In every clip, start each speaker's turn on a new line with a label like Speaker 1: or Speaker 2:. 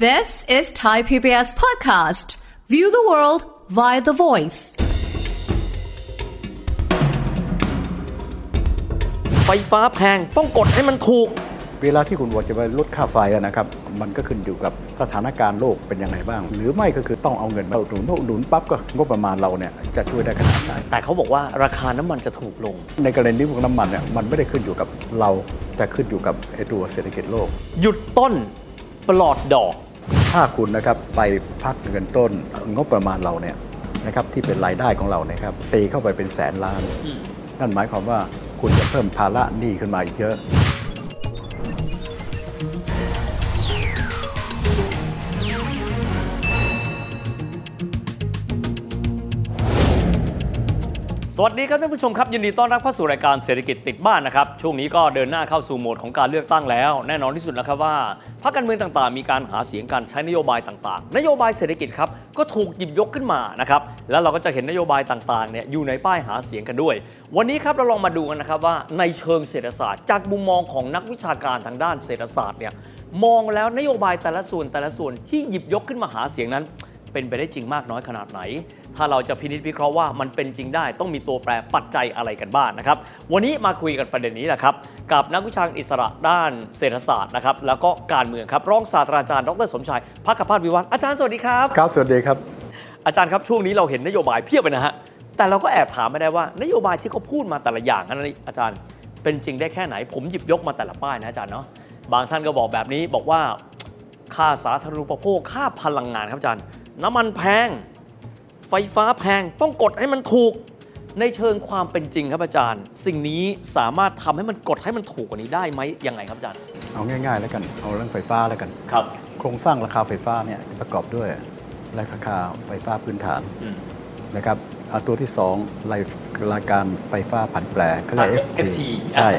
Speaker 1: This is Thai PBS podcast. View the world via the voice.
Speaker 2: ไฟฟ้าแพงต้องกดให้มันถูก
Speaker 3: เวลาที่คุณบอกจะไปลดค่าไฟอะนะครับ มันก็ขึ้นอยู่กับสถานการณ์โลกเป็นยังไงบ้าง หรือไม่ก็คือต้องเอาเงินมาอุดหนุนถ้าอุดหนุนปั๊บก็งบประมาณเราเนี่ยจะช่วยได้ขนาดไหน
Speaker 2: แต่เขาบอกว่าราคาน้ำมันจะถูกลง
Speaker 3: ในกรณีของน้ำมันเนี่ยมันไม่ได้ขึ้นอยู่กับเรา แต่ขึ้นอยู่กับไอ้ตัวเศรษฐกิจโลก
Speaker 2: หยุดต้นปลอดดอก
Speaker 3: ถ้าคุณนะครับไปพักเงินต้นงบประมาณเราเนี่ยนะครับที่เป็นรายได้ของเรานะครับตีเข้าไปเป็นแสนล้าน นั่นหมายความว่าคุณจะเพิ่มภาระหนี้ขึ้นมาอีกเยอะ
Speaker 2: สวัสดีครับท่านผู้ชมครับ ยินดีต้อนรับเข้าสู่รายการเศรษฐกิจติดบ้านนะครับ ช่วงนี้ก็เดินหน้าเข้าสู่โหมดของการเลือกตั้งแล้ว แน่นอนที่สุดแล้วครับว่าพรรคการเมืองต่างๆ มีการหาเสียงการใช้นโยบายต่างๆ นโยบายเศรษฐกิจครับก็ถูกหยิบยกขึ้นมานะครับแล้วเราก็จะเห็นนโยบายต่างๆเนี่ยอยู่ในป้ายหาเสียงกันด้วย วันนี้ครับเราลองมาดูกันนะครับว่าในเชิงเศรษฐศาสตร์ จากมุมมองของนักวิชาการทางด้านเศรษฐศาสตร์เนี่ยมองแล้วนโยบายแต่ละส่วนแต่ละส่วนที่หยิบยกขึ้นมาหาเสียงนั้น เป็นไปได้จริงมากน้อยขนาดไหน ถ้าเราจะพินิจวิเคราะห์ว่ามันเป็นจริงได้ต้องมีตัวแปรปัจจัยอะไรกันบ้างนะครับ วันนี้มาคุยกันประเด็นนี้แหละครับ กับนักวิชาการอิสระด้านเศรษฐศาสตร์นะครับ แล้วก็การเมืองครับ รองศาสตราจารย์ดรสมชายพักขพาสวิวัฒน์อาจารย์สวัสดีครับ
Speaker 3: ครับสวัสดีครับ
Speaker 2: อาจารย์ครับช่วงนี้เราเห็นนโยบายเพียบเลยนะฮะ แต่เราก็แอบถามไม่ได้ว่านโยบายที่เขาพูดมาแต่ละอย่างนั้นอาจารย์เป็นจริงได้แค่ไหน ผมหยิบยกมาแต่ละป้ายนะอาจารย์เนาะ บางท่านก็บอกแบบนี้บอกว่าค่าสาธารณูปโภคค่าพลังงานครับอาจารย์ น้ำมันแพง ไฟฟ้าแพงต้องกดให้มันถูก ในเชิงความเป็นจริงครับอาจารย์ สิ่งนี้สามารถทำให้มันกดให้มันถูกกว่านี้ได้ไหมยังไงครับอาจารย์
Speaker 3: เอาง่ายๆแล้วกันเอาเรื่องไฟฟ้าแล้วกัน
Speaker 2: ครับ
Speaker 3: โครงสร้างราคาไฟฟ้าเนี่ยประกอบด้วยราคาไฟฟ้าพื้นฐาน
Speaker 2: อืม
Speaker 3: นะครับอ่าตัวที่2รายรายการไฟฟ้าผันแปรเขาเรียก
Speaker 2: อ่ะ
Speaker 3: FT
Speaker 2: FT
Speaker 3: ใช่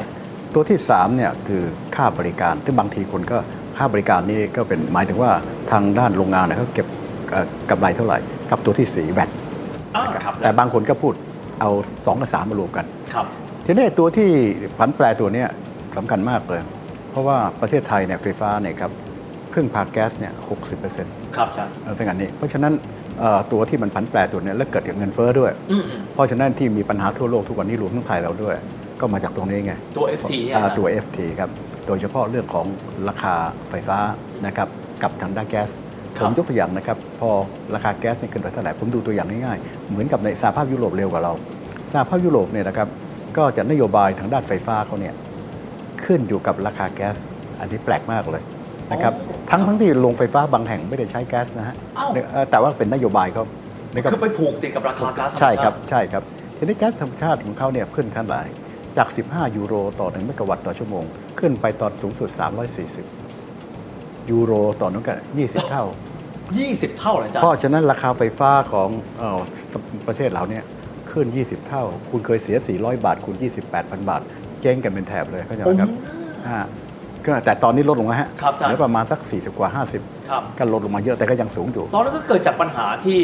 Speaker 3: ตัวที่3เนี่ยคือค่าบริการที่งบางทีคนก็ค่าบริการนี่ก็เป็นหมายถึงว่าทางด้านโรงงานเนี่ยเขาเก็บเอ่อกำไรเท่าไหร่ กับตัวที่4แวต
Speaker 2: ครับ
Speaker 3: แต่บางคนก็พูดเอา2กับ3มารวมกัน
Speaker 2: ครับ
Speaker 3: ทีนี้ตัวที่ผันแปรตัวเนี้ยสำคัญมากเลย เพราะว่าประเทศไทยเนี่ยไฟฟ้าเนี่ยครับพึ่งพาแก๊สเนี่ยหกสิบเปอร์เซ็นต์
Speaker 2: ครับอาจารย์
Speaker 3: ซึ่งอันนี้ เพราะฉะนั้นเอ่อตัวที่มันผันแปรตัวเนี้ยแล้วเกิดจากเงินเฟ้อด้วย
Speaker 2: อืมอืม
Speaker 3: เพราะฉะนั้นที่มีปัญหาทั่วโลกทุกวันนี้รวมทั้งไทยเราด้วย ก็มาจากตรงนี้ไง
Speaker 2: ตัว FT เนี่ยอา
Speaker 3: อ่า
Speaker 2: จารย์
Speaker 3: ตัว FT ครับ โดยเฉพาะเรื่องของราคาไฟฟ้านะครับกับทางด้านแก๊ส
Speaker 2: ค
Speaker 3: ผ
Speaker 2: รับ
Speaker 3: มยกตัวอย่างนะครับพอราคาแก๊สเนี่ยขึ้นไปเท่าไหร่ผมดูตัวอย่างง่ายๆเหมือนกับในสหภาพยุโรปเร็วกว่าเราสหภาพยุโรปเนี่ยนะครับก็จะนโยบายทางด้านไฟฟ้าเขาเนี่ยขึ้นอยู่กับราคาแก๊สอันนี้แปลกมากเลยนะครับทั้งทั้งๆที่โรงไฟฟ้าบางแห่งไม่ได้ใช้แก๊สนะฮะ
Speaker 2: อ้าว
Speaker 3: เอ่อแต่ว่าเป็นนโยบายเขานะครับ
Speaker 2: คือไปผูกติดกับราคาก๊าซธมชาติ
Speaker 3: ใช่ครับ ใช่ครับ ทีนี้แก๊สธรรมชาติของเขาเนี่ยขึ้นเท่าไหร่จาก 15 ยูโรต่อ 1 เมกะวัตต์ต่อชั่วโมง ขึ้นไปตอนสูงสุด 340 ยูโรต่อนั้นกัน 20 เท่า
Speaker 2: 20 เท่าเลยอาจารย์
Speaker 3: เพราะฉะนั้นราคาไฟฟ้าของเออประเทศเราเนี่ยขึ้น 20 เท่า คุณเคยเสีย 400 บาท คุณ 28,000 บาท เจ๊งกันเป็นแถบเลยเข้าใจไหมครับอ่าก็แต่ตอนนี้ลดลงแล้วฮะเหลือประมาณสัก 40 กว่า
Speaker 2: ครับ
Speaker 3: 50 ก็ลดลงมาเยอะแต่ก็ยังสูงอยู่
Speaker 2: ตอนนั้นก็เกิดจากปัญหาที่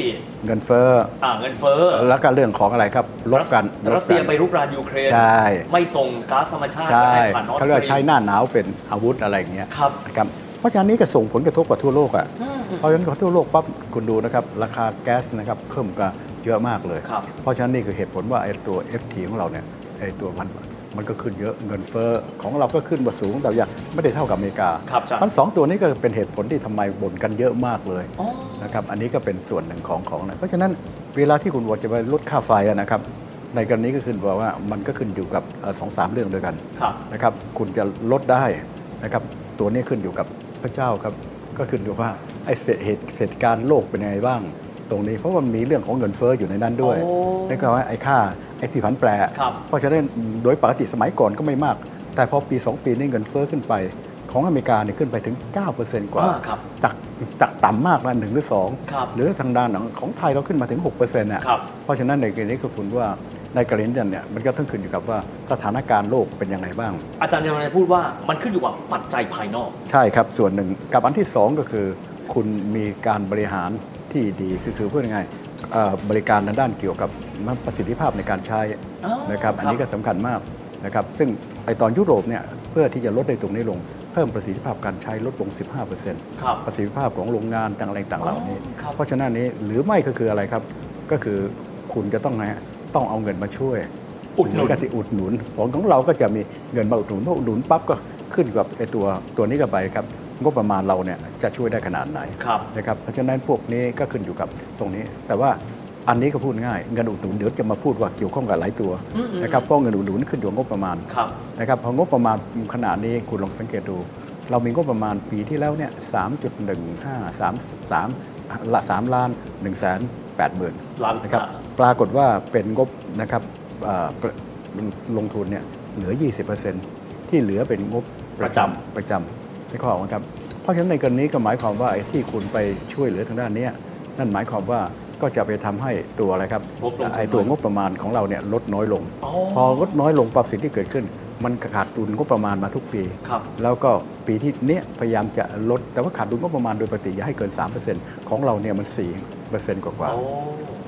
Speaker 3: เงินเฟ้อ
Speaker 2: อ่าเงินเฟ้อ
Speaker 3: แล้วก็เรื่องของอะไรครับลบกันลบกัน
Speaker 2: รัสเซียไปรุกรานยูเครน
Speaker 3: ใช่
Speaker 2: ไม่ส่งก๊าซธรรมชาติ
Speaker 3: ใช่
Speaker 2: ไปผ่านนอร์
Speaker 3: เขา
Speaker 2: ส
Speaker 3: เรียกว่า
Speaker 2: ต
Speaker 3: ใช้
Speaker 2: รีม
Speaker 3: หน้าหนาวเป็นอาวุธอะไรอย่างเงี้ย
Speaker 2: ครับ
Speaker 3: นะครับเพราะฉะนั้นนี่ก็ส่งผลกระทบกับทั่วโลกอ่ะ
Speaker 2: อืม
Speaker 3: เพราะฉะนั้นกับทั่วโลกปั๊บคุณดูนะครับ ราคาแก๊สนะครับเพิ่มกันเยอะมากเลย
Speaker 2: ครับ
Speaker 3: เพราะฉะนั้นนี่คือเหตุผลว่าไอ้ตัว FT ของเราเนี่ยไอ้ตัวมันมันก็ขึ้นเยอะเงินเฟ้อของเราก็ขึ้นมาสูงแต่ยังไม่ได้เท่ากับอเมริกา
Speaker 2: ครับอาจารย์
Speaker 3: มันสองตัวนี้ก็เป็นเหตุผลที่ทำไมบ่นกันเยอะมากเลย
Speaker 2: อ๋อ
Speaker 3: นะครับอันนี้ก็เป็นส่วนหนึ่งของของนะเพราะฉะนั้นเวลาที่คุณบอกจะไปลดค่าไฟอะนะครับ ในกรณีก็คือบอกว่ามันก็ขึ้นอยู่กับเอ่อสองสามเรื่องด้วยกัน
Speaker 2: ครับ
Speaker 3: นะครับคุณจะลดได้นะครับ ตัวนี้ขึ้นอยู่กับพระเจ้าครับก็ขึ้นอยู่ว่าไอ้เศรษฐเหตุเศรษฐการณ์โลกเป็นยังไงบ้าง ตรงนี้เพราะมันมีเรื่องของเงินเฟ้ออยู่ในนั้นด้วย
Speaker 2: โอ้
Speaker 3: นั่นก็ว่าไอ้ค่าไอ้ที่ผันแปร
Speaker 2: ครับ
Speaker 3: เพราะฉะนั้นโดยปกติสมัยก่อนก็ไม่มาก แต่พอปี 2 ปีนี้เงินเฟ้อขึ้นไป ของอเมริกาเนี่ยขึ้นไปถึง 9%กว่า
Speaker 2: อ่าครับ
Speaker 3: จากจากต่ำมากนะหนึ่งหรือสอง
Speaker 2: ครับ
Speaker 3: หรือทางด้านของของไทยเราขึ้นมาถึง6%น่ะ
Speaker 2: ครับ
Speaker 3: เพราะฉะนั้นในกรณีนี้ก็คุณว่าในกรณีนั้นเนี่ยมันก็ต้องขึ้นอยู่กับว่าสถานการณ์โลกเป็นยังไงบ้าง
Speaker 2: อาจารย์ยังไงพูดว่ามันขึ้นอยู่กับปัจจัยภายนอก
Speaker 3: ใช่ครับ ส่วนหนึ่งกับอันที่ 2 ก็คือ คุณมีการบริหารที่ดีคือคือพูดง่ายๆเอ่อบริการในด้านเกี่ยวกับประสิทธิภาพในการใช้
Speaker 2: อ๋อ
Speaker 3: นะครับ
Speaker 2: ครับ
Speaker 3: อันนี้ก็สำคัญมากนะครับ ซึ่งไอตอนยุโรปเนี่ยเพื่อที่จะลดในตรงนี้ลง เพิ่มประสิทธิภาพการใช้ลดลง 15%
Speaker 2: ครับ
Speaker 3: ประสิทธิภาพของโรงงานต่างอะไรต่างๆเหล่านี้
Speaker 2: อ๋อครับ
Speaker 3: เพราะฉะนั้นนี้หรือไม่ก็คืออะไรครับ ก็คือคุณจะต้องนะฮะต้องเอาเงินมาช่วย
Speaker 2: อุดหนุน
Speaker 3: ใการที่อุดหนุนของของเราก็จะมีเงินมาอุดหนุนเมื่ออุดหนุนปั๊บก็ขึ้นกับไอ้ตัวตัวนี้กันไปครับงบประมาณเราเนี่ยจะช่วยได้ขนาดไหน
Speaker 2: ครับ
Speaker 3: นะครับเพราะฉะนั้นพวกนี้ก็ขึ้นอยู่กับตรงนี้ แต่ว่าอันนี้ก็พูดง่ายเงินอุดหนุนเดี๋ยวจะมาพูดว่าเกี่ยวข้องกับหลายตัว
Speaker 2: อืมๆ
Speaker 3: นะครับเพราะเงินอุดหนุนขึ้นอยู่กับงบประมาณ
Speaker 2: ครับ
Speaker 3: นะครับพองบประมาณขนาดนี้คุณลองสังเกตดู เรามีงบประมาณปีที่แล้วเนี่ยสามจุดหนึ่งห้าสามสามละสามล้านหนึ่งแสนแปดหมื่น
Speaker 2: ล้าน
Speaker 3: นะครับปรากฏว่าเป็นงบนะครับเอ่อประลงทุนเนี่ยเหลือ 20%ที่เหลือเป็นงบ
Speaker 2: ประจำ
Speaker 3: ประจำในข้อของครับ เพราะฉะนั้นในกรณีก็หมายความว่าไอ้ที่คุณไปช่วยเหลือทางด้านเนี้ยนั่นหมายความว่าก็จะไปทำให้ตัวอะไรครับ
Speaker 2: งบลงทุน
Speaker 3: ไอ้ตัวงบประมาณของเราเนี่ยลดน้อยลง
Speaker 2: อ๋อ
Speaker 3: พอลดน้อยลงปรับสิ่งที่เกิดขึ้น มันขาดดุลงบประมาณมาทุกปี
Speaker 2: ครับ
Speaker 3: แล้วก็ปีที่เนี้ยพยายามจะลดแต่ว่าขาดดุลงบประมาณโดยปกติอย่าให้เกิน 3%ของเราเนี่ยมัน4%กว่าๆ
Speaker 2: โอ้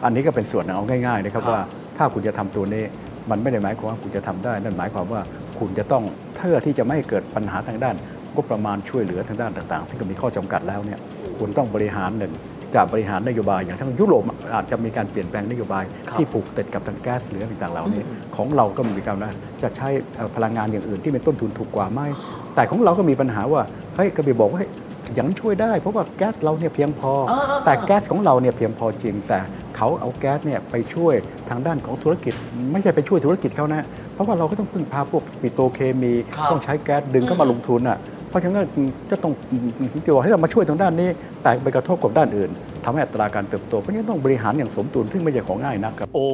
Speaker 3: อันนี้ก็เป็นส่วนหนึ่งเอาง่ายๆนะครับ
Speaker 2: ครับ
Speaker 3: ว่าถ้าคุณจะทำตัวนี้ มันไม่ได้หมายความว่าคุณจะทำได้ นั่นหมายความว่าคุณจะต้องเพื่อที่จะไม่ให้เกิดปัญหาทางด้านงบประมาณช่วยเหลือทางด้านต่างๆ ซึ่งก็มีข้อจำกัดแล้วเนี่ยคุณต้องบริหารหนึ่งจากบริหารนโยบายอย่างทั้งยุโรปอาจจะมีการเปลี่ยนแปลงนโยบาย ที่ผูกติดกับทางแก๊สหรืออะไรต่างๆเหล่านี้ ของเราก็มีการนะจะใช้เอ่อพลังงานอย่างอื่นที่เป็นต้นทุนถูกกว่าไหมแต่ของเราก็มีปัญหาว่าเฮ้ยก็ไปบอกว่าเฮ้ยอย่างนั้นช่วยได้เพราะว่าแก๊สเราเนี่ยเพียงพอ แต่แก๊สของเราเนี่ยเพียงพอจริง แต่เขาเอาแก๊สเนี่ยไปช่วยทางด้านของธุรกิจ ไม่ใช่ไปช่วยธุรกิจเขานะ เพราะว่าเราก็ต้องพึ่งพาพวกปิโตรเคมี
Speaker 2: ครับ
Speaker 3: ต้องใช้แก๊สดึงเข้ามาลงทุนอ่ะเพราะฉะนั้นก็ต้องเกี่ยวให้เรามาช่วยทางด้านนี้ แต่ไปกระทบกับด้านอื่นทำให้อัตราการเติบโตเพราะฉะนั้นต้องบริหารอย่างสมดุลซึ่งไม่ใช่ของง่ายนักครับ
Speaker 2: โอ้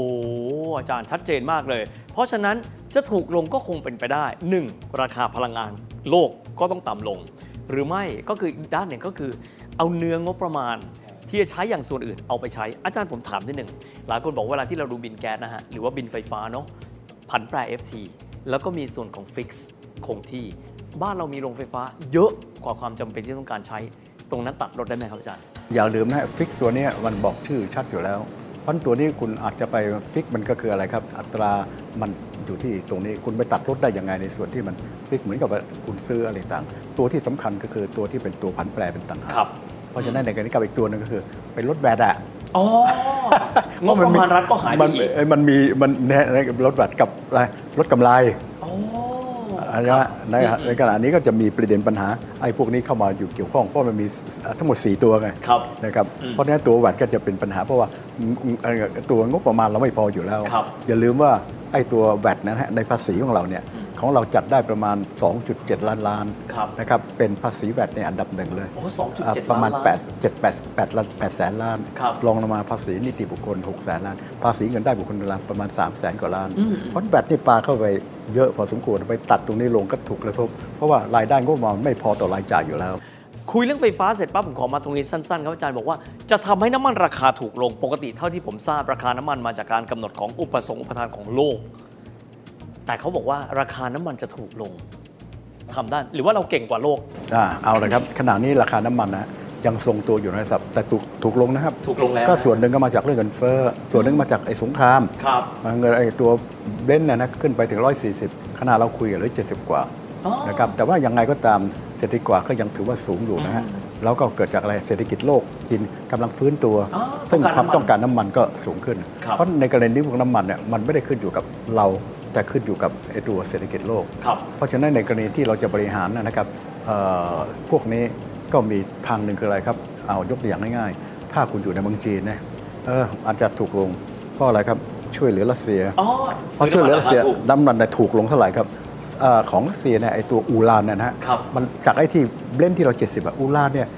Speaker 2: อาจารย์ชัดเจนมากเลย เพราะฉะนั้นจะถูกลงก็คงเป็นไปได้ 1. ราคาพลังงานโลกก็ต้องต่ำลง หรือไม่ก็คืออีกด้านหนึ่งก็คือ เอาเนื้องบประมาณ ที่จะใช้อย่างส่วนอื่นเอาไปใช้อาจารย์ผมถามนิดหนึ่งหลายคนบอกเวลาที่เราดูบินแก๊สนะฮะหรือว่าบินไฟฟ้าเนาะผันแปร FT แล้วก็มีส่วนของฟิกซ์คงที่ บ้านเรามีโรงไฟฟ้า เยอะกว่าความจำเป็นที่ต้องการใช้ ตรงนั้นตัดลดได้ไหมครับอาจารย์
Speaker 3: อย่าลืมนะฟิกตัวเนี้มันบอกชื่อชัดอยู่แล้วเพราะฉะนั้นตัวนี้คุณอาจจะไปฟิกมันก็คืออะไรครับ อัตรามันอยู่ที่ตรงนี้คุณไปตัดลดได้ยังไงในส่วนที่มันฟิกเหมือนกับว่าคุณซื้ออะไรต่าง ตัวที่สำคัญก็คือตัวที่เป็นตัวผันแปรเป็นต่างหาก
Speaker 2: ครับ
Speaker 3: เพราะฉะนั้นในกรณีกับอีกตัวหนึงก็คือไปลดแบตอะ
Speaker 2: อ๋อ งบประมาณรัฐก็หายไป
Speaker 3: มัน
Speaker 2: อีก
Speaker 3: เอ้ยมันมีมันแนะลดบัตรกับอะไรลดกำไรอันนี้นะในขณะในขณะนี้ก็จะมีประเด็นปัญหาไอ้พวกนี้เข้ามาอยู่เกี่ยวข้องเพราะมันมีทั้งหมด 4 ตัวไง
Speaker 2: ครับ
Speaker 3: นะครับเพราะฉะนั้นตัวบัตรก็จะเป็นปัญหาเพราะว่างงเอ่อตัวงบประมาณเราไม่พออยู่แล้ว
Speaker 2: ครับ
Speaker 3: อย่าลืมว่าไอ้ตัวแวดนะฮะในภาษีของเราเนี่ยของเราจัดได้ประมาณ 2.7 ล้านล้าน
Speaker 2: ครับ
Speaker 3: นะครับเป็นภาษีแวดในยอันดับหนึ่งเลย
Speaker 2: โอ้2.7
Speaker 3: อ่ะประมาณ
Speaker 2: ล้านล้าน
Speaker 3: 8 7 8 8ล้าน8แสนล้าน
Speaker 2: ครับ
Speaker 3: ลองลงมาภาษีนิติบุคคล6แสนล้าน ภาษีเงินได้บุคคลธรรมดาประมาณ 3 แสนกว่าล้าน เพราะแบตนี่ปลาเข้าไปเยอะพอสมควรไปตัดตรงนี้ลงก็ถูกกระทบ เพราะว่ารายได้ก็มาณไม่พอต่อรายจ่ายอยู่แล้ว
Speaker 2: คุยเรื่องไฟฟ้าเสร็จปั๊บผมขอมาตรงนี้สั้นๆครับอาจารย์บอกว่าจะทำให้น้ำมันราคาถูกลงปกติเท่าที่ผมทราบราคาน้ำมันมาจากการกำหนดของอุปสงค์อุปทานของโลก แต่เขาบอกว่าราคาน้ำมันจะถูกลงทำได้หรือว่าเราเก่งกว่าโลก
Speaker 3: อ่าเอาละครับขณะนี้ราคาน้ำมันนะยังทรงตัวอยู่ในระดับแต่ถูกถูกลงนะครับ
Speaker 2: ถูกลงแล้ว
Speaker 3: ก็ส่วนหนึ่งก็มาจากเรื่องเงินเฟ้อส่วนหนึ่งมาจากไอ้สงคราม
Speaker 2: ครับ
Speaker 3: เงินไอ้ตัวเบนซ์เนี่ยนะขึ้นไปถึง 140ขณะเราคุยกันเหลือ70 กว่า
Speaker 2: อ๋อ
Speaker 3: นะครับแต่ว่ายังไงก็ตามเศรษฐกิจกว่าก็ยังถือว่าสูงอยู่นะฮะแล้วก็เกิดจากอะไรเศรษฐกิจโลกจีนกำลังฟื้นตัว
Speaker 2: อ๋อ
Speaker 3: ซึ่ง
Speaker 2: ต้องการน้ำมัน
Speaker 3: ความต้องการน้ำมันก็สูงขึ้น
Speaker 2: ครับ
Speaker 3: เพราะในกรณีของน้ำมันเนี่ยมันไม่ได้ขึ้นอยู่กับเราแต่ขึ้นอยู่กับไอ้ตัวเศรษฐกิจโลก
Speaker 2: ครับ
Speaker 3: เพราะฉะนั้นในกรณีที่เราจะบริหารนะครับเอ่อพวกนี้ก็มีทางหนึ่งคืออะไรครับ เอายกตัวอย่างง่ายๆ ถ้าคุณอยู่ในเมืองจีนนะเอออาจจะถูกลงเพราะอะไรครับช่วยเหลือรัสเซีย
Speaker 2: อ๋อ
Speaker 3: เพราะช่วยเหลือรัสเซียน้ำมันน่ะถูกลงเท่าไหร่ครับเอ่อของรัสเซียเนี่ยไอตัวอูรานเนี่ยนะฮะ
Speaker 2: ครับ
Speaker 3: มันจากไอที่เบลนที่เรา 70อะอูรานเนี่ย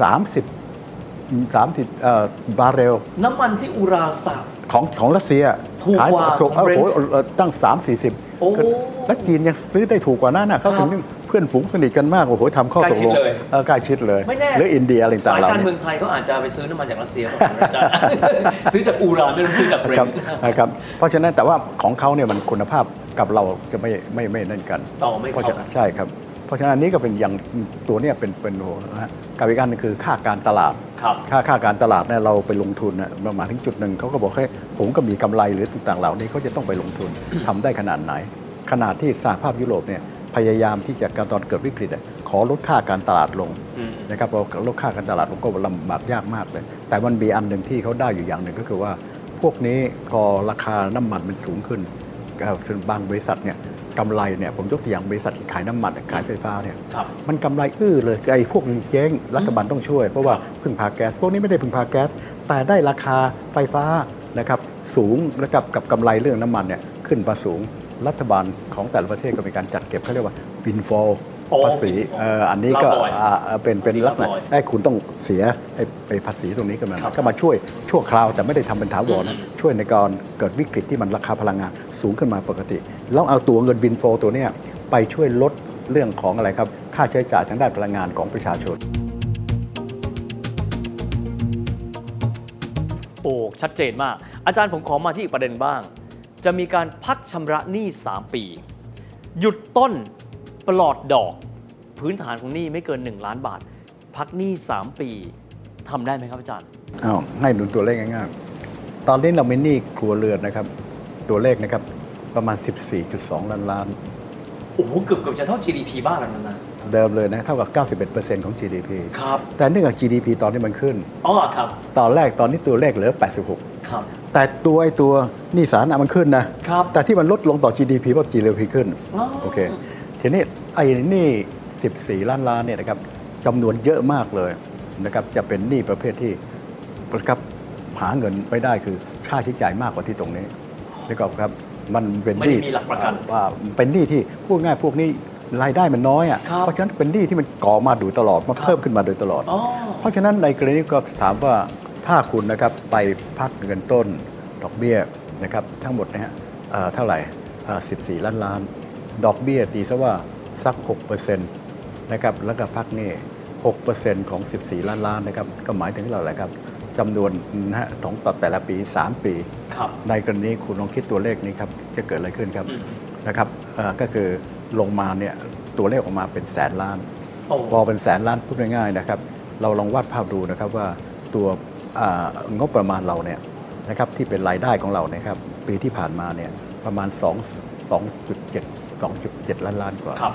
Speaker 3: สามสิบสามสิบเอ่อบาร์เรล
Speaker 2: น้ำมันที่อุราสาบ
Speaker 3: ของของรัสเซีย
Speaker 2: ถูกกว่า
Speaker 3: ถูก
Speaker 2: ของ
Speaker 3: โอ้โห
Speaker 2: Brent
Speaker 3: เอ่อตั้ง 3
Speaker 2: โอ้
Speaker 3: 40ขึ้นแล้วจีนยังซื้อได้ถูกกว่านั้นนะเขา
Speaker 2: ครับ
Speaker 3: ถึงเพื่อนฝูงสนิทกันมาก โอ้โหทำข้อตกลง
Speaker 2: ใกล้ชิดเลย
Speaker 3: เออใกล้ชิดเลย
Speaker 2: ไม่แน่
Speaker 3: หรืออินเดียอะไรต่างๆ
Speaker 2: สาย
Speaker 3: เหล่า
Speaker 2: การเมื
Speaker 3: นี้
Speaker 2: องไทยก็อาจจะไปซื้อน้ำมันจากรัสเซีย มาเหมือนกัน ซื้อจากอูรานไม่รู้ซื้อจากเบร
Speaker 3: ครับ
Speaker 2: นท์
Speaker 3: นะครับ เพราะฉะนั้นแต่ว่าของเขาเนี่ยมันคุณภาพกับเราจะไม่ไม่ไม่นั่นกัน
Speaker 2: ต่อไม่
Speaker 3: เพราะ
Speaker 2: เข้า
Speaker 3: ฉะนั้นใช่ครับ เพราะฉะนั้นอันนี้ก็เป็นอย่างตัวเนี่ยเป็นเป็นโอ้โหนะฮะกับอีกอันหนึงคือค่าการตลาด
Speaker 2: ครับ
Speaker 3: ค่าค่าการตลาดเนี่ยเราไปลงทุนนะมามาถึงจุดหนึ่งเขาก็บอกให้ผมก็มีกำไรหรือต่างๆเหล่านี้เขาจะต้องไปลงทุน ทำได้ขนาดไหน ขนาดที่สหภาพยุโรปเนี่ยพยายามที่จะการตอนเกิดวิกฤตอะข อลดค่าการตลาดลง
Speaker 2: อืม
Speaker 3: นะครับพอลดค่าการตลาดลงก็ลำบากยากมากเลย แต่มันมีอันหนึ่งที่เขาได้อยู่อย่างหนึ่งก็คือว่า พวกนี้พอราคาน้ำมันมันสูงขึ้นเอ่อส่วนบางบริษัทเนี่ยกำไรเนี่ยผมยกตัวอย่างบริษัทที่ขายน้ำมันขายไฟฟ้าเนี่ย
Speaker 2: ครับ
Speaker 3: มันกำไรอื้อเลยไอ้พวกนึงเจ๊งรัฐบาลต้องช่วย เพราะว่าพึ่งพาแก๊ส พวกนี้ไม่ได้พึ่งพาแก๊ส แต่ได้ราคาไฟฟ้านะครับสูงแล้วกับกับกำไรเรื่องน้ำมันเนี่ยขึ้นมาสูงรัฐบาลของแต่ละประเทศก็มีการจัดเก็บเขาเรียกว่าวินฟอล
Speaker 2: โอ้
Speaker 3: ภาษี
Speaker 2: windfall
Speaker 3: เอ่ออันนี้ก็
Speaker 2: ลาบลอย
Speaker 3: อ่าเอ่อเป็นเป็นลักษณะ
Speaker 2: ภาษีลาบลอย
Speaker 3: ไอ้คุณต้องเสียไอ้ไอ้ภาษีตรงนี้กันมา
Speaker 2: ครับ
Speaker 3: ก็มาช่วยชั่วคราวแต่ไม่ได้ทำเป็นถาวรนะ
Speaker 2: อืม
Speaker 3: ช่วยในการเกิดวิกฤตที่มันราคาพลังงานสูงขึ้นมาปกติ แล้วเอาตัวเงินวินโฟตัวเนี้ยไปช่วยลดเรื่องของอะไรครับ ค่าใช้จ่ายทางด้านพลังงานของประชาชน
Speaker 2: โอ้ชัดเจนมาก อาจารย์ผมขอมาที่อีกประเด็นบ้าง จะมีการพักชำระหนี้ 3 ปี หยุดต้นปลอดดอก พื้นฐานของหนี้ไม่เกิน 1 ล้านบาท พักหนี้ 3 ปีทำได้ไหมครับอาจารย์
Speaker 3: อ้าวให้หนุนตัวเลขง่ายๆ ตอนนี้เรามีหนี้ครัวเรือนนะครับ ตัวเลขนะครับประมาณ 14.2 ล้านล้าน
Speaker 2: โอ้โหเกือบเกือบจะเท่า GDP บ้านแล้วนะ
Speaker 3: เดิมเลยนะเท่ากับ 91%ของ GDP
Speaker 2: ครับ
Speaker 3: แต่เนื่องจาก GDP ตอนนี้มันขึ้น
Speaker 2: อ๋อครับ
Speaker 3: ตอนแรกตอนนี้ตัวเลขเหลือ
Speaker 2: ครับ
Speaker 3: 86 แต่ตัวไอ้ตัวหนี้สาธารณะมันขึ้นนะครับ แต่ที่มันลดลงต่อ GDP เพราะ GDP ขึ้น
Speaker 2: อ๋อ
Speaker 3: โอเคทีนี้ไอ้หนี้ 14 ล้านล้านเนี่ยนะครับจำนวนเยอะมากเลยนะครับจะเป็นหนี้ประเภทที่ประกับหาเงินไม่ได้คือค่าใช้จ่ายมากกว่าที่ตรงนี้แล้วก็ครับมันเป็นหนี้
Speaker 2: ไม่ได้มีหลักประกัน
Speaker 3: ว่าเป็นหนี้ที่พูดง่ายพวกนี้รายได้มันน้อยอ่ะ
Speaker 2: ครับ
Speaker 3: เพราะฉะนั้นเป็นหนี้ที่มันก่อมาดูตลอดมาเพิ่มขึ้นมาโดยตลอด
Speaker 2: อ๋อ
Speaker 3: เพราะฉะนั้นในกรณีก็ถามว่าถ้าคุณนะครับไปพักเงินต้นดอกเบี้ยนะครับทั้งหมดนะฮะเอ่อเท่าไหร่เอ่อ14 ล้านล้าน ดอกเบี้ยตีซะว่าสัก6%นะครับแล้วก็พักหนี่6%ของ 14 ล้านล้านนะครับก็หมายถึงเราแหละไรครับจำนวนนะฮะของต่อแต่ละปี 3 ปี
Speaker 2: ครับ
Speaker 3: ในกรณีคุณลองคิดตัวเลขนี้ครับจะเกิดอะไรขึ้นครับ
Speaker 2: อืม
Speaker 3: นะครับเอ่อก็คือลงมาเนี่ยตัวเลขออกมาเป็นแสนล้าน
Speaker 2: โอ้
Speaker 3: พอเป็นแสนล้านพูดง่ายๆนะครับ เราลองวาดภาพดูนะครับว่าตัวอ่างบประมาณเราเนี่ยนะครับที่เป็นรายได้ของเรานะครับปีที่ผ่านมาเนี่ยประมาณ 2 2.7 2.7 ล้านล้านกว่า
Speaker 2: ครับ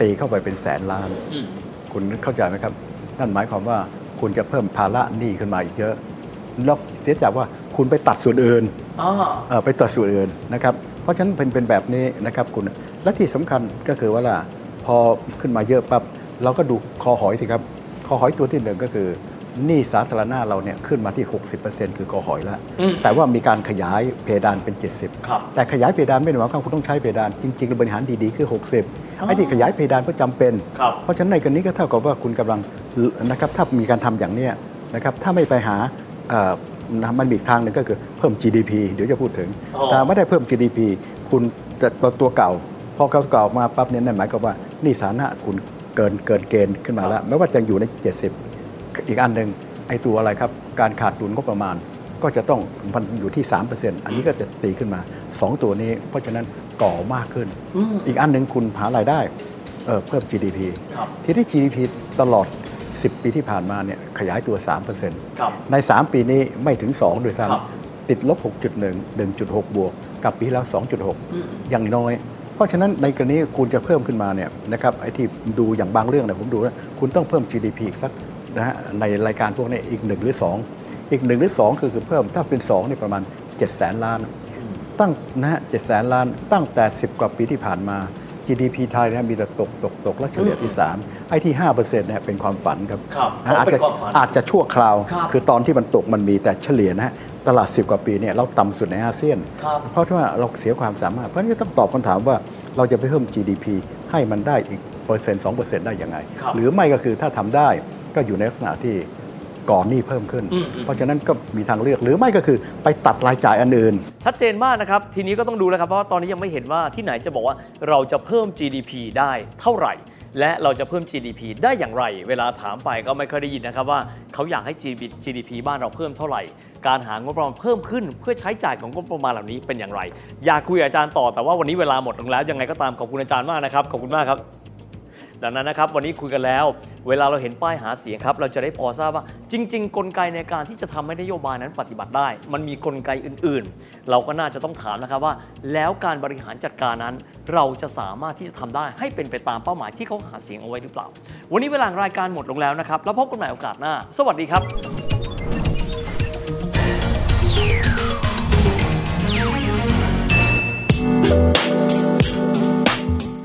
Speaker 3: ตีเข้าไปเป็นแสนล้าน
Speaker 2: อืม
Speaker 3: คุณเข้าใจไหมครับ นั่นหมายความว่าคุณจะเพิ่มภาระหนี้ขึ้นมาอีกเยอะแล้วเสียจากว่าคุณไปตัดส่วนอื่น
Speaker 2: อ่า
Speaker 3: เอ่อไปตรวจสูตรอื่นนะครับ เพราะฉะนั้นเป็นเป็นแบบนี้นะครับคุณ และที่สำคัญก็คือว่าล่ะพอขึ้นมาเยอะปั๊บเราก็ดูคอหอยสิครับ คอหอยตัวที่หนึ่งก็คือหนี้สาธารณะเราเนี่ยขึ้นมาที่ 60%คือคอหอยแล้ว
Speaker 2: อืม
Speaker 3: แต่ว่ามีการขยายเพดานเป็น 70
Speaker 2: ครับ
Speaker 3: แต่ขยายเพดานไม่ได้หมายความว่าคุณต้องใช้เพดานจริงๆเราบริหารดีๆคือ 60ไอ้ที่ขยายเพดานก็จำเป็น
Speaker 2: ครับ
Speaker 3: เพราะฉะนั้นในกรณีก็เท่ากับว่าคุณกำลังนะครับถ้ามีการทำอย่างเนี้ยนะครับถ้าไม่ไปหาเอ่อมันมีอีกทางหนึ่งก็คือเพิ่ม GDP เดี๋ยวจะพูดถึง
Speaker 2: อ๋อ
Speaker 3: แต่ไม่ได้เพิ่ม GDP คุณจะตัวเก่า พอเก่าเก่ามาปั๊บเนี่ยนั่นหมายความว่าหนี่สาธารณะคุณเกินเกินเกณฑ์ขึ้นมาแล้วไม่ว่าจะอยู่ใน 70 อีกอันหนึ่งไอ้ตัวอะไรครับ การขาดดุลงบประมาณ ก็จะต้องมันอยู่ที่ 3%อันนี้ก็จะตีขึ้นมา 2 ตัวนี้ เพราะฉะนั้นก่อมากขึ้น
Speaker 2: อืม
Speaker 3: อีกอันหนึ่งคุณหารายได้เอ่อเพิ่ม GDP
Speaker 2: ครับ
Speaker 3: ที่ที่ GDP ตลอด 10 ปีที่ผ่านมาเนี่ยขยายตัว 3%
Speaker 2: ครับ
Speaker 3: ใน 3 ปีนี้ไม่ถึง 2 ด้วย
Speaker 2: ครับ
Speaker 3: ซ้ำติดลบ 6.1 1.6 บวก กับปีที่แล้ว
Speaker 2: อืม
Speaker 3: 2.6 อย่างน้อย เพราะฉะนั้นในกรณีคุณจะเพิ่มขึ้นมาเนี่ยนะครับไอ้ที่ดูอย่างบางเรื่องเนี่ยผมดูแล้วคุณต้องเพิ่ม GDP อีกสักนะฮะในรายการพวกนี้อีก 1 หรือ 2 อีก 1 หรือ 2 คือคือเพิ่มถ้าเป็น2นี่ประมาณ 7 แสนล้าน ตั้งนะฮะเจ็ดแสนล้านตั้งแต่ 10 กว่าปีที่ผ่านมา GDP ไทยนะมีแต่ตกตกตกและเฉลี่ยที่ 3 ไอ้ที่5%เปอร์เซ็นต์เนี่ยเป็นความฝันครับ
Speaker 2: ครับ
Speaker 3: นะฮะอาจจะ
Speaker 2: เป็นความฝัน
Speaker 3: อาจจะชั่วคราว
Speaker 2: ครับ
Speaker 3: อตอนที่มันตกมันมีแต่เฉลี่ยนะฮะตลาด 10 กว่าปีเนี่ยเราต่ำสุดในอาเซียน
Speaker 2: ครับ
Speaker 3: เพราะว่าเราเสียความสามารถ เพราะฉะนั้นก็ต้องตอบคำถามว่าเราจะไปเพิ่ม GDP ให้มันได้อีกเปอร์เซ็นต์สองเปอร์เซ็นต์ได้ยังไง
Speaker 2: ครับ
Speaker 3: หรือไม่ก็คือถ้าทำได้ก็อยู่ในลักษณะที่ก่อนหนี้เพิ่มขึ้น
Speaker 2: อืมอืม
Speaker 3: เพราะฉะนั้นก็มีทางเลือกหรือไม่ก็คือไปตัดรายจ่ายอันอื่น
Speaker 2: ชัดเจนมากนะครับ ทีนี้ก็ต้องดูแล้วครับเพราะว่าตอนนี้ยังไม่เห็นว่าที่ไหนจะบอกว่าเราจะเพิ่ม GDP ได้เท่าไหร่ และเราจะเพิ่ม GDP ได้อย่างไร เวลาถามไปก็ไม่เคอยได้ยินนะครับว่าเขาอยากให้ GDP บ้านเราเพิ่มเท่าไหร่ การหางบประมาณเพิ่มขึ้น เพื่อใช้จ่ายของงบประมาณเหล่านี้เป็นอย่างไร อยากคุยกับอาจารย์ต่อแต่ว่าวันนี้เวลาหมดลงแล้วยังไงก็ตามขอบคุณอาจารย์มากนะครับขอบคุณมากครับ ดังนั้นนะครับวันนี้คุยกันแล้ว เวลาเราเห็นป้ายหาเสียงครับ เราจะได้พอทราบว่าจริง ๆ กลไกในการที่จะทำให้นโยบายนั้นปฏิบัติได้ มันมีกลไกอื่นๆ เราก็น่าจะต้องถามนะครับว่า แล้วการบริหารจัดการนั้น เราจะสามารถที่จะทำได้ให้เป็นไปตามเป้าหมายที่เขาหาเสียงเอาไว้หรือเปล่า วันนี้เวลารายการหมดลงแล้วนะครับแล้วพบกันใหม่โอกาสหน้า สวัสดีครับ